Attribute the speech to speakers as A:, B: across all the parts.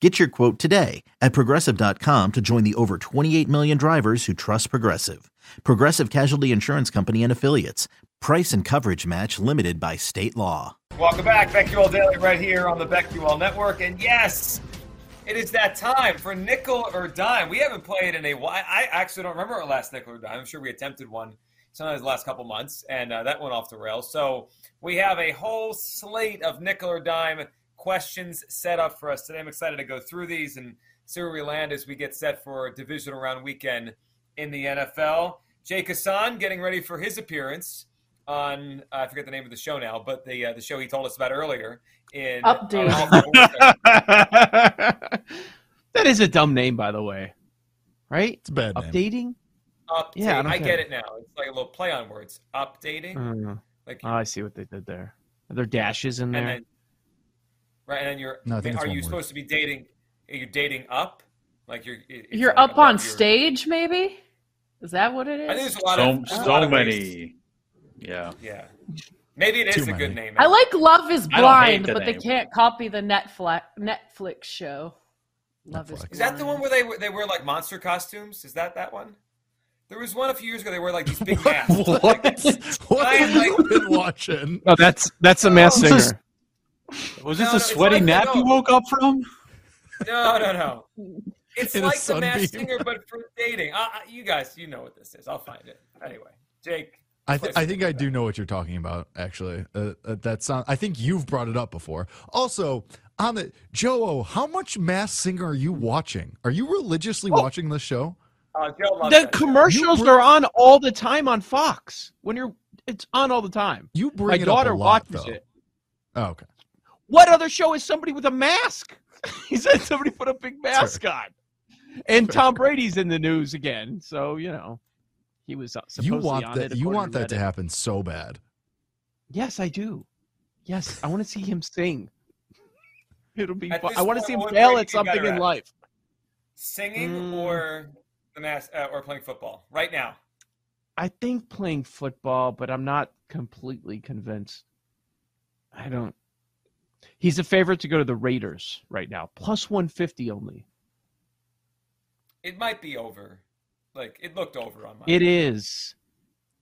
A: Get your quote today at progressive.com to join the over 28 million drivers who trust Progressive. Progressive Casualty Insurance Company and Affiliates. Price and coverage match limited by state law.
B: Welcome back, BetQL Daily, right here on the BetQL Network. And yes, it is that time for nickel or dime. We haven't played in a while. I actually don't remember our last nickel or dime. I'm sure we attempted one sometimes the last couple months, and uh, that went off the rails. So we have a whole slate of nickel or dime questions set up for us today. I'm excited to go through these and see where we land as we get set for divisional round weekend in the NFL. Jake Hassan getting ready for his appearance on uh, I forget the name of the show now, but the uh, the show he told us about earlier in
C: Update.
B: Update.
D: that is a dumb name, by the way. Right?
E: It's a bad name.
D: Updating? Yeah, I
B: I,
D: don't
B: get
D: care.
B: it now. It's like a little play on words. Updating,
D: Mm.
B: like
D: Oh, I see what they did there. Are there dashes
B: and
D: in there?
B: then right, and then you're.
E: No, I think it's
B: are
E: one
B: you
E: word.
B: supposed to be dating? Are you dating up? Like you're. it- it's
C: You're
B: like
C: up on
B: your-
C: stage, maybe? Is that what it is?
B: I think there's a lot
F: so,
B: of there's a lot
F: so
B: of ways-
F: many. Yeah.
B: Yeah, maybe it is
E: Too
B: a good
E: many.
B: name.
C: I like Love is
F: I don't hate
C: Blind,
F: the
C: but they
F: name.
C: can't copy the Netflix Netflix show. Love is
E: Netflix.
C: Blind.
B: Is that the one where they they wear like monster costumes? Is that that one? There was one a few years ago. They wear like these big masks.
E: What?
B: Like,
E: What
B: I am
E: have you
B: like-
E: been watching?
D: No, that's that's a mass
F: Oh,
D: singer.
F: this is- Was
B: No, no,
F: this a
B: it's
F: sweaty
B: like-
F: nap
B: no.
F: you woke up from?
B: No, no, no. It's
E: In a
B: like the Masked
E: sunbeam.
B: Singer, but for dating. Uh, uh, you guys, you know what this is. I'll find it anyway. Jake,
E: I, th- I think I do know what you're talking about. Actually, uh, uh, that sound. I think you've brought it up before. Also, on the Joe, how much Mass Singer are you watching? Are you religiously
D: Oh.
E: watching this show?
B: uh, Joe loves
D: The
B: that show.
D: commercials
E: You-
D: are on all the time on Fox. When you're it's on all the time.
E: You bring
D: My
E: it
D: daughter
E: up a lot,
D: watches
E: though.
D: it.
E: Oh, okay.
D: What other show is somebody with a mask? he said somebody put a big mask on. And Tom Brady's in the news again, so you know. He was uh,
E: You
D: supposedly
E: want
D: on
E: that?
D: it,
E: You
D: according
E: want that
D: Reddit.
E: to happen so bad.
D: Yes, I do. Yes, I want to see him sing. It'll be.
B: At
D: Fun.
B: this
D: I want to
B: point,
D: see him
B: what grade
D: fail
B: do you
D: at something
B: gotta
D: in
B: rap?
D: life.
B: singing
D: Mm.
B: or the mass uh, or playing football right now.
D: I think playing football, but I'm not completely convinced. I don't. He's a favorite to go to the Raiders right now, plus 150 only.
B: It might be over. Like it looked over on my.
D: It is.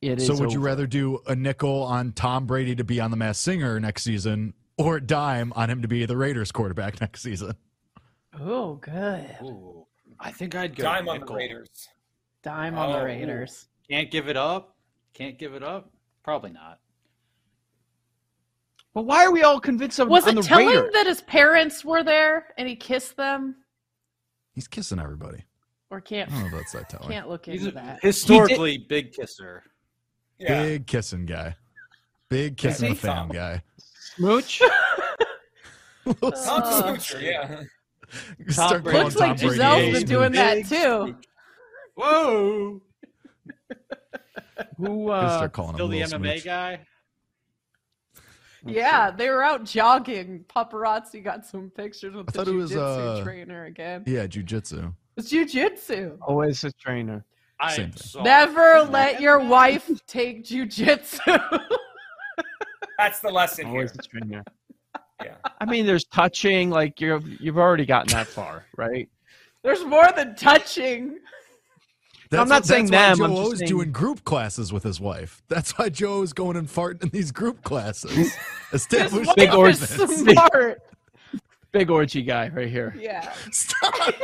D: It is.
E: So, would you
D: over.
E: rather do a nickel on Tom Brady to be on the Mass Singer next season, or a dime on him to be the Raiders quarterback next season?
C: Oh, good.
F: Ooh, I think I'd go
B: Dime on the
F: nickel.
B: Raiders.
C: Dime on
B: Oh.
C: the Raiders.
F: Can't give it up. Can't give it up. Probably not.
D: But why are we all convinced of
C: Was
D: on
C: it
D: the
C: telling
D: Raiders?
C: that his parents were there and he kissed them?
E: He's kissing everybody.
C: Or can't
E: I
B: Hmm.
E: don't know if that's that telling.
C: can't look
F: He's
C: into
F: a
C: that.
F: historically big kisser.
B: Yeah.
E: Big kissing guy. Big kissing
B: he
E: the fan
B: thought-
E: guy.
D: Smooch?
B: Tom
F: Oh.
C: Uh,
B: Smoocher, yeah.
E: Start
F: Brady.
E: calling
C: Looks like
E: Tom Brady
C: Giselle's
E: Ace
C: been
E: Smooch.
C: doing that
F: Big
C: too.
D: Who?
F: Whoa!
E: Gonna
D: Uh,
E: start calling
F: Still
E: him
F: the
E: Lil
F: MMA
E: Smooch.
F: guy.
C: Yeah, they were out jogging. Paparazzi got some pictures with
E: I
C: the
E: thought it was,
C: jiu-jitsu
E: uh,
C: trainer again.
E: Yeah, jujitsu.
C: It's jiu-jitsu.
D: always a trainer.
F: I
E: Same
F: am
E: thing.
F: sorry.
C: Never let your wife take jujitsu.
B: That's the lesson here.
D: Always a trainer.
B: Yeah.
D: I mean, there's touching. Like you're, you've already gotten that far, right?
C: There's more than touching.
D: I'm not saying
E: that's
D: them, I'm
E: Why Joe
D: just
E: O's
D: saying-
E: doing group classes with his wife. That's why Joe is going and farting in these group classes.
C: His
E: Establish
C: wife
D: big
C: is
E: ordinance.
C: smart.
D: Big orgy guy right here.
C: Yeah.
E: Stop.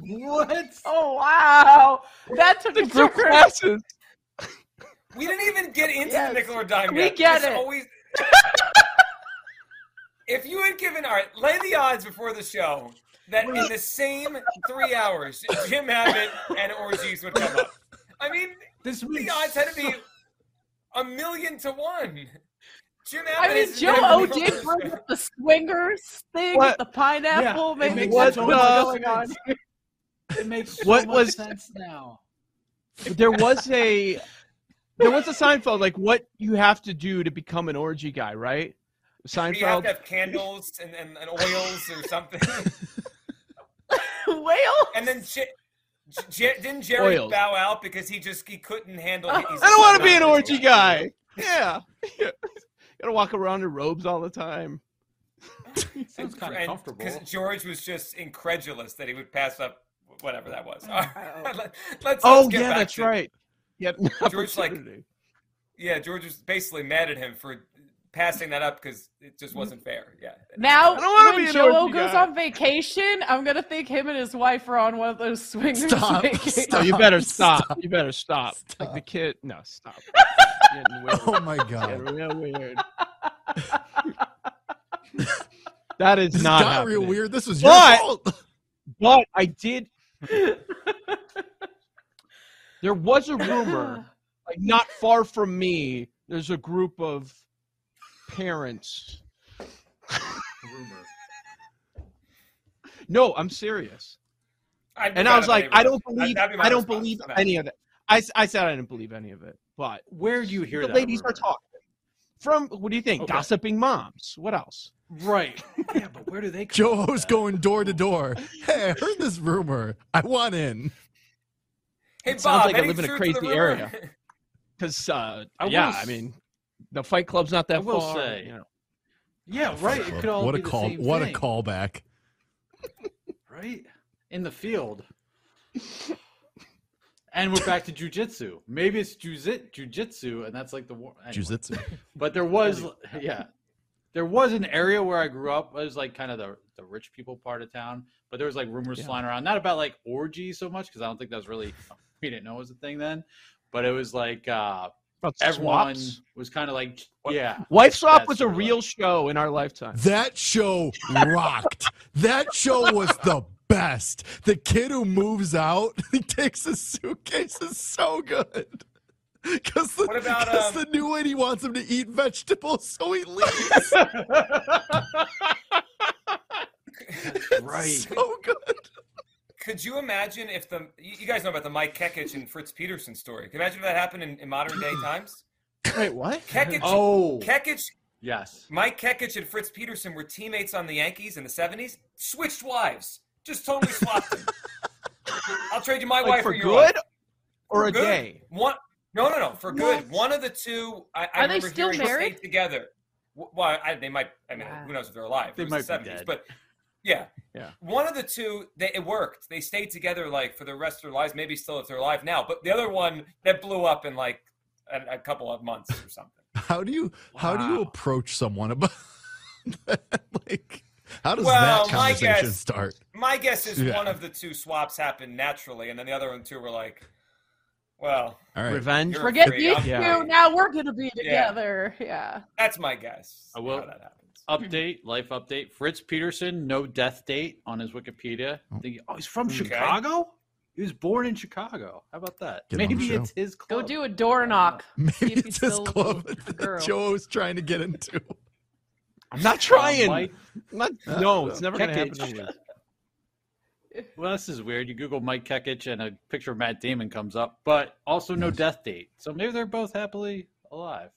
F: What?
C: Oh wow, that took a
D: Group
C: turn.
D: classes.
B: We didn't even get into
C: Yes.
B: the nickel or dime
C: We
B: yet.
C: get
B: This
C: it.
B: Always... if you had given, all right, lay the odds before the show that in the same three hours, Jim Abbott and orgies would come up. I mean,
F: This
B: the odds had to be a million to one. Jim Abbott.
C: I mean,
B: is
C: Joe
B: never
C: O
B: before
C: did
B: the
C: bring
B: show.
C: up the swingers thing,
D: What?
C: with the pineapple.
F: Yeah, it
C: maybe
F: makes
C: that's
F: sense.
C: what was going
D: What the-
C: on.
F: It makes so
D: What
F: much
D: was-
F: sense now.
D: There was a There was a Seinfeld, like what you have to do to become an orgy guy, right?
B: You have
D: Seinfeld.
B: to have candles and, and, and oils or something.
C: Whale?
B: and then J- J- didn't Jerry
D: Oils.
B: bow out because he just he couldn't handle.
C: I
B: it. He's
D: I don't want to be an
B: not-
D: orgy guy. Yeah. you gotta walk around in robes all the time.
F: Sounds kind of
B: And-
F: comfortable.
B: George was just incredulous that he would pass up whatever that was. All right, let- let's, let's
D: Oh
B: get
D: yeah,
B: back
D: that's
B: to-
D: right. Yeah.
B: George, like- Yeah, George was basically mad at him for passing that up because it
D: Mm.
B: just wasn't fair. Yeah.
C: Now,
D: I don't wanna be
C: when
D: an
C: Joel
D: orgy
C: goes
D: guy.
C: on vacation, I'm going to think him and his wife are on one of those swingers
E: Stop.
C: vacations.
D: No,
E: Stop.
D: you better stop. You better stop. Like the
E: Stop.
D: kid. No, stop.
E: Oh my
D: Yeah,
E: god.
D: real weird. that is
E: This
D: not
E: got real
D: happening.
E: weird. This was your
D: But-
E: fault.
D: But I did. there was a rumor, like not far from me. There's a group of parents.
F: Rumor.
D: No, I'm serious.
B: I'd be
D: And
B: mad
D: I was
B: if
D: like,
B: anybody
D: I don't
B: was-
D: believe.
B: that'd be my
D: I don't
B: response.
D: believe
B: I'm out.
D: any of it. I, s- I said I didn't believe any of it, but
F: Where do you hear
D: the
F: that?
D: ladies are
F: rumor?
D: talking. From what do you think?
F: Okay.
D: Gossiping moms. What else?
F: Right. Yeah, but where do they? come up with
E: Joe's
F: that?
E: going door to door. Hey, I heard this rumor. I want in.
B: Hey,
D: It sounds
B: Bob,
D: like I
B: any
D: live in a
B: truth to the
D: crazy
B: rumor?
D: area. Because uh,
F: I will
D: yeah,
F: s-
D: I mean, the Fight Club's not that
F: I will
D: far.
F: say-
D: you know.
F: Yeah, right. It could all
E: what
F: be
E: a call!
F: The same
E: What
F: thing,
E: a callback!
F: Right in the field. And we're back to jujitsu. Maybe it's jujit jujitsu, and that's like the war. anyway.
E: Jujitsu.
F: But there was, yeah, there was an area where I grew up. It was like kind of the, the rich people part of town. But there was like rumors
D: Yeah.
F: flying around, not about like orgies so much because I don't think that was really we didn't know it was a thing then. But it was like uh,
D: About
F: everyone
D: swaps.
F: was kind of like,
D: What-
F: yeah,
D: Wife Swap
F: That's
D: was a
F: sort of
D: real
F: like-
D: show in our lifetime.
E: That show rocked. that show was the best. The kid who moves out, he takes his suitcase is so good. Because the,
B: What about,
E: 'cause
B: um,
E: the new lady wants him to eat vegetables, so he leaves.
F: right.
E: so good.
B: Could you imagine if the you you guys know about the Mike Kekich and Fritz Peterson story? Can you imagine if that happened in, in modern day times?
D: Wait, what?
B: Kekich,
F: Oh,
B: Kekich,
F: yes.
B: Mike Kekich and Fritz Peterson were teammates on the Yankees in the '70s. Switched wives, just totally swapped them. I'll trade you my
D: Like
B: wife
D: for
B: your wife.
D: good or
B: For
D: a
B: good.
D: day?
B: One, no, no, no, for good.
C: What?
B: One of the two. I, I
C: Are they
B: remember
C: still
B: hearing stayed
C: married?
B: together? W- Well, I, they might. I mean,
C: Wow.
B: who knows if they're alive?
F: They
B: it was the
F: might be
B: 70s,
F: dead.
B: But yeah,
D: Yeah.
B: One of the two, they, it worked. They stayed together like for the rest of their lives. Maybe still if they're alive now. But the other one that blew up in like a, a couple of months or something.
E: How do you how do you
F: Wow.
E: approach someone about that? like how does
B: Well,
E: that
B: my
E: conversation
B: guess-
E: start?
B: My guess is
E: Yeah.
B: one of the two swaps happened naturally, and then the other one two were like, well,
E: All right.
D: Revenge.
B: You're-
C: Forget
B: Free,
C: these
B: I'm
C: two.
B: free.
C: Now we're going to be
B: Yeah.
C: together. Yeah.
B: that's my guess.
F: I will-
B: How that
F: uh,
B: happens.
F: Update, life update. Fritz Peterson, no death date on his Wikipedia.
E: Oh.
F: Think- oh, he's from
B: Okay.
D: Mm.
F: Chicago? He was born in Chicago. How about that?
E: Get him on the
F: Maybe
E: show.
F: it's his
C: Go
F: club.
C: do a door knock. See
E: Maybe
C: if he's
E: it's this
C: still
E: club
C: a
E: that
C: girl.
E: Joe was trying to get into.
D: I'm not
F: Uh,
D: trying.
F: Mike,
D: Not- no, it's never going to happen
F: Kekich.
D: to you.
F: well, this is weird. You Google Mike Kekich and a picture of Matt Damon comes up, but also no
E: Nice.
F: death date. So maybe they're both happily alive.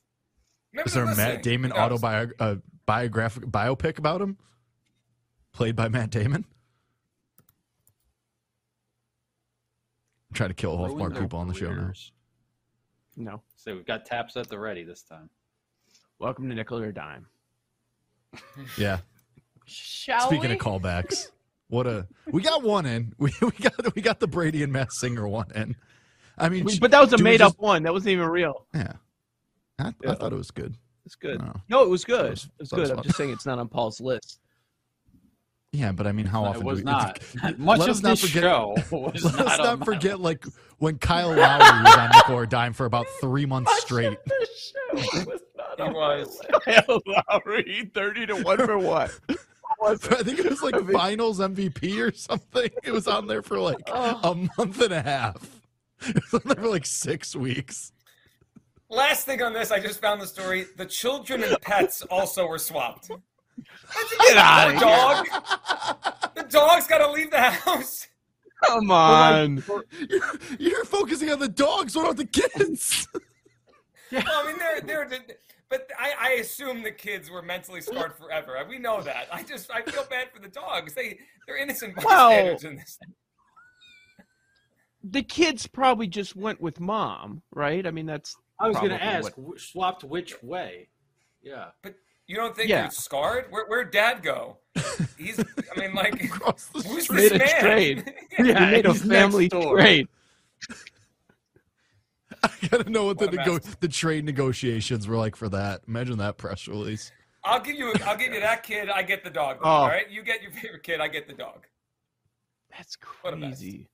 B: Maybe
E: Is there
B: they're
E: a Matt
B: listening.
E: Damon
B: Who knows?
E: autobiograph uh, biographic biopic about him? Played by Matt Damon. I'm trying to kill off
F: Ruined
E: more
F: their
E: people on the show now.
F: careers.
D: No.
F: So we've got taps at the ready this time.
D: Welcome to Nickel or Dime.
E: Yeah.
C: Shall
E: Speaking
C: we?
E: of callbacks, what a we got one in. We, we got we got the Brady and Matt Singer one in. I mean,
D: We- but that was a
E: do we
D: made up
E: just-
D: one. That wasn't even real.
E: yeah. I, I
D: Yeah.
E: thought it was good.
D: It's good.
E: No.
D: No, it was good.
E: was-
D: It was
E: that was
D: good. I'm
E: fun.
D: just saying it's not on Paul's list.
E: Yeah, but I mean, how
F: No,
E: often
F: it was
E: do we,
F: not.
E: it's-
F: Much
E: let
F: of
E: us not
F: this
E: forget-
F: show was
E: Let's
F: not,
E: not,
F: on my
E: forget, like when Kyle Lowry was on Nickel or Dime for about three months straight.
C: The show was not
B: It
C: on my
B: was.
C: list.
D: Kyle Lowry, 30 to 1 for what?
E: I think it was like
D: I mean-
E: Finals MVP or something. It was on there for like
C: Oh.
E: a month and a half. It was on there for like six weeks.
B: Last thing on this, I just found the story. The children and pets also were swapped.
D: Get out
B: The
D: of here.
B: dog. The dog's got to leave the house.
D: Come on.
E: You're, you're focusing on the dogs, what about the kids?
B: they're they're. But I, I assume the kids were mentally scarred forever. We know that. I just I feel bad for the dogs. They they're innocent bystanders in this.
D: The kids probably just went with mom, right? I mean, that's
F: I was going to
D: probably
F: ask,
D: what-
F: wh- swapped which way? Yeah.
B: You don't think
D: Yeah.
B: you're scarred? Where where'd Dad go? He's. I mean, like,
E: Across the
B: who's
E: street.
B: this
D: Made a
B: man?
D: trade.
F: Yeah,
D: we made a
F: he's next
D: family
F: door.
D: trade.
E: I gotta know what the
B: What a
E: nego- the trade negotiations were like for that. Imagine that press release.
B: I'll give you. I'll give you that kid. I get the dog.
D: Oh.
B: All right, you get your favorite kid. I get the dog.
D: That's
B: What a mess.
D: crazy.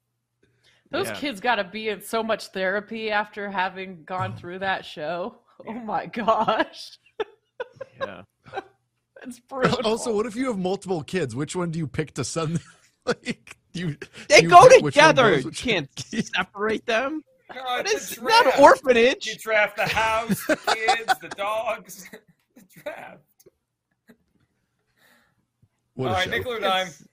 C: Those
D: Yeah.
C: kids got to be in so much therapy after having
E: Oh.
C: gone through that show. Oh my gosh,
D: Yeah.
C: it's brutal.
E: Also, what if you have multiple kids? Which one do you pick to send? like do you,
D: They
E: do you
D: go
E: pick which one
D: together.
E: goes,
D: You
E: which-
D: can't separate them.
B: No,
D: What
B: it's
D: is
B: a
D: not
B: draft.
D: an
B: You
D: orphanage?
B: draft the house, the kids, the dogs. the draft.
E: What a
B: All right,
E: show.
B: nickel or dime.
D: It's-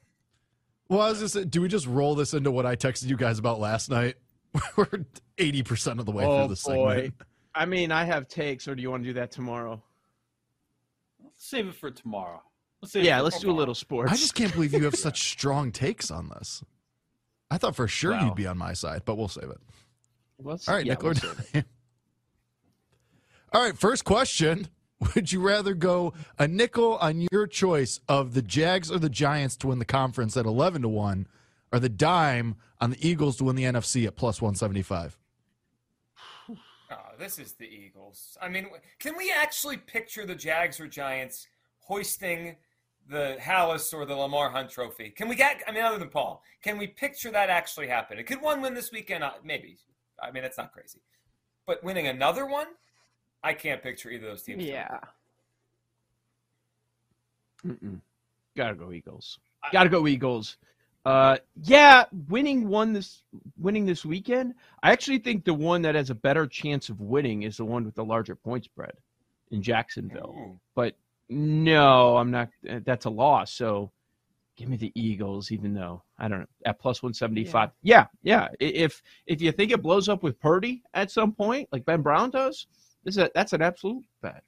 E: Well, I was just do we just roll this into what I texted you guys about last night? We're eighty percent of the way
D: Oh,
E: through this
D: boy.
E: segment.
D: I mean, I have takes, or do you want to do that tomorrow?
F: Let's save it for tomorrow. Let's save it
D: Yeah,
F: for
D: let's do a
F: tomorrow.
D: little sports.
E: I just can't believe you have such strong takes on this. I thought for sure
D: Wow.
E: you'd be on my side, but we'll save it.
D: Let's-
E: All right,
D: yeah,
E: Nick Lord.
D: let's do it.
E: All right, first question. Would you rather go a nickel on your choice of the Jags or the Giants to win the conference at 11 to 1 or the dime on the Eagles to win the NFC at plus 175?
B: Oh, this is the Eagles. I mean, can we actually picture the Jags or Giants hoisting the Hallis or the Lamar Hunt trophy? Can we get, I mean, other than Paul, can we picture that actually happening? Could one win this weekend? Uh, Maybe. I mean, that's not crazy. But winning another one? I can't picture either of those teams. doing
C: Yeah,
D: Mm-mm. Gotta go Eagles. Gotta go Eagles. Uh, yeah, winning one this winning this weekend. I actually think the one that has a better chance of winning is the one with the larger point spread in
B: it.
D: Jacksonville.
B: Ooh.
D: No, I'm not. uh, That's a loss. So give me the Eagles, even though I don't know at plus 175. Yeah, yeah. I- If if you think it blows up with Purdy at some point, like Ben Brown does, this is a, that's an absolute bet.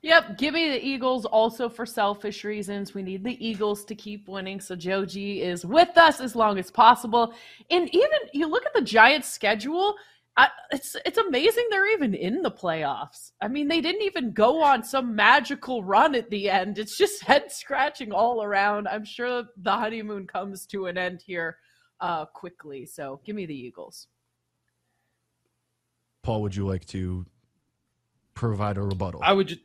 C: yep. Give me the Eagles. Also for selfish reasons, we need the Eagles to keep winning. So Joji is with us as long as possible. And even you look at the Giants' schedule. I, it's it's amazing they're even in the playoffs. I mean, they didn't even go on some magical run at the end. It's just head scratching all around. I'm sure the honeymoon comes to an end here uh, quickly. So give me the Eagles.
E: Paul, would you like to provide a rebuttal?
F: I would just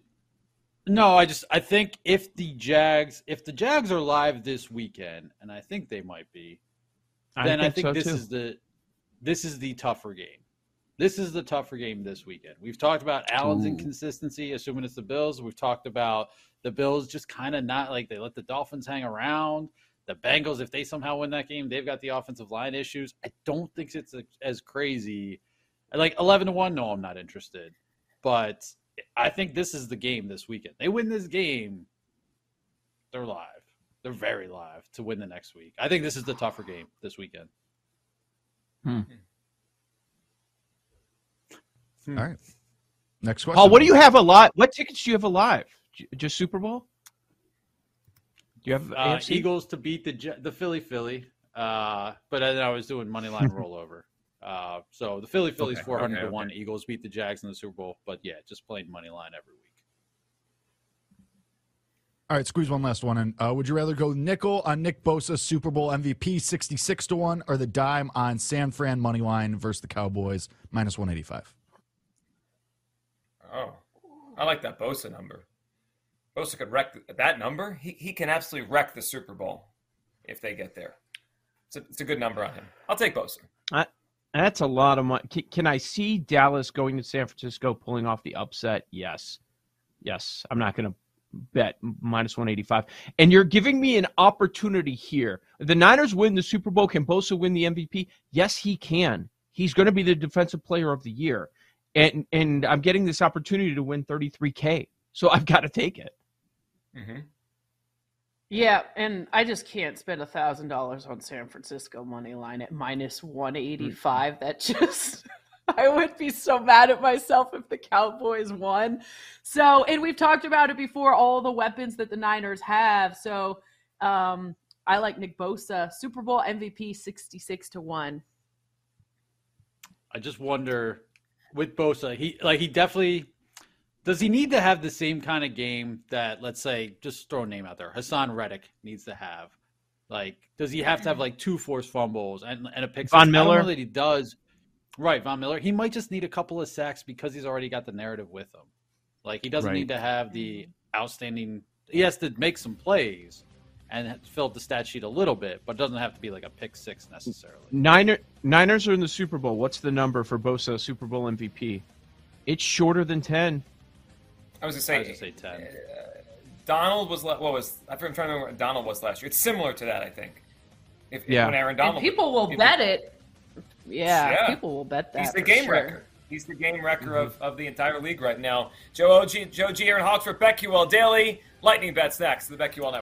F: no. I just I think if the Jags if the Jags are live this weekend, and I think they might be, then I think,
D: so,
F: this
D: too.
F: is the this is the tougher game. This is the tougher game this weekend. We've talked about Allen's
D: Ooh.
F: inconsistency, assuming it's the Bills. We've talked about the Bills just kind of not like they let the Dolphins hang around. The Bengals, if they somehow win that game, they've got the offensive line issues. I don't think it's as crazy. Like eleven to one, no, I'm not interested. But I think this is the game this weekend. They win this game, they're live. They're very live to win the next week. I think this is the tougher game this weekend.
E: All right. Next question.
D: Paul, what do you have alive? What tickets do you have alive? J- Just Super Bowl? Do you have
F: Uh,
D: AFC?
F: Eagles to beat the Je- the Philly Philly. Uh, but then I was doing money line rollover. Uh, so the Philly Phillies
B: Okay,
F: four hundred
B: okay,
F: to one. Eagles beat the Jags in the Super Bowl. But yeah, just playing money line every week.
E: All right, squeeze one last one in. Uh, would you rather go nickel on Nick Bosa Super Bowl MVP 66 to 1 or the dime on San Fran money line versus the Cowboys minus 185?
B: Oh, I like that Bosa number. Bosa could wreck that number. He, he can absolutely wreck the Super Bowl if they get there. It's a, it's a good number on him. I'll take Bosa.
D: That's a lot of money. Can, can I see Dallas going to San Francisco pulling off the upset? Yes. Yes. I'm not going to bet minus 185. And you're giving me an opportunity here. The Niners win the Super Bowl. Can Bosa win the MVP? Yes, he can. He's going to be the defensive player of the year. And and I'm getting this opportunity to win 33K. So I've got to take it.
B: hmm
C: Yeah, and I just can't spend a
B: Mm.
C: thousand dollars on San Francisco money line at minus one eighty five. That just I would be so mad at myself if the Cowboys won. So, and we've talked about it before all the weapons that the Niners have. So, um, I like Nick Bosa, Super Bowl MVP 66 to 1.
F: I just wonder with Bosa, he like he definitely does he need to have the same kind of game that let's say just throw a name out there, Hassan Reddick needs to have. Like, does he have to have like two forced fumbles and, and a
D: Von
F: pick? six? I don't
D: Miller?
F: know that he does. Right, Von Miller. He might just need a couple of sacks because he's already got the narrative with him. Like he doesn't
D: Right.
F: need to have the outstanding. He has to make some plays and fill up the stat sheet a little bit, but doesn't have to be like a pick six necessarily.
D: Niner, Niners are in the Super Bowl. What's the number for Bosa Super Bowl MVP? It's shorter than 10.
B: I was gonna
F: I
B: say,
F: was gonna say ten.
B: Donald was la- what was I think I'm trying to remember what Donald was last year. It's similar to that, I think. If, if
D: Yeah.
B: when Aaron
C: And
B: Donald,
C: people will
B: if-
C: bet it. Yeah,
B: Yeah.
C: people will bet that.
B: He's the
C: for
B: game
C: sure.
B: wrecker. He's the game wrecker of, of the entire league right now. Joe OG, Joe G, Aaron Hawksworth, BetQL Daily, Lightning Bets next. The BetQL Network.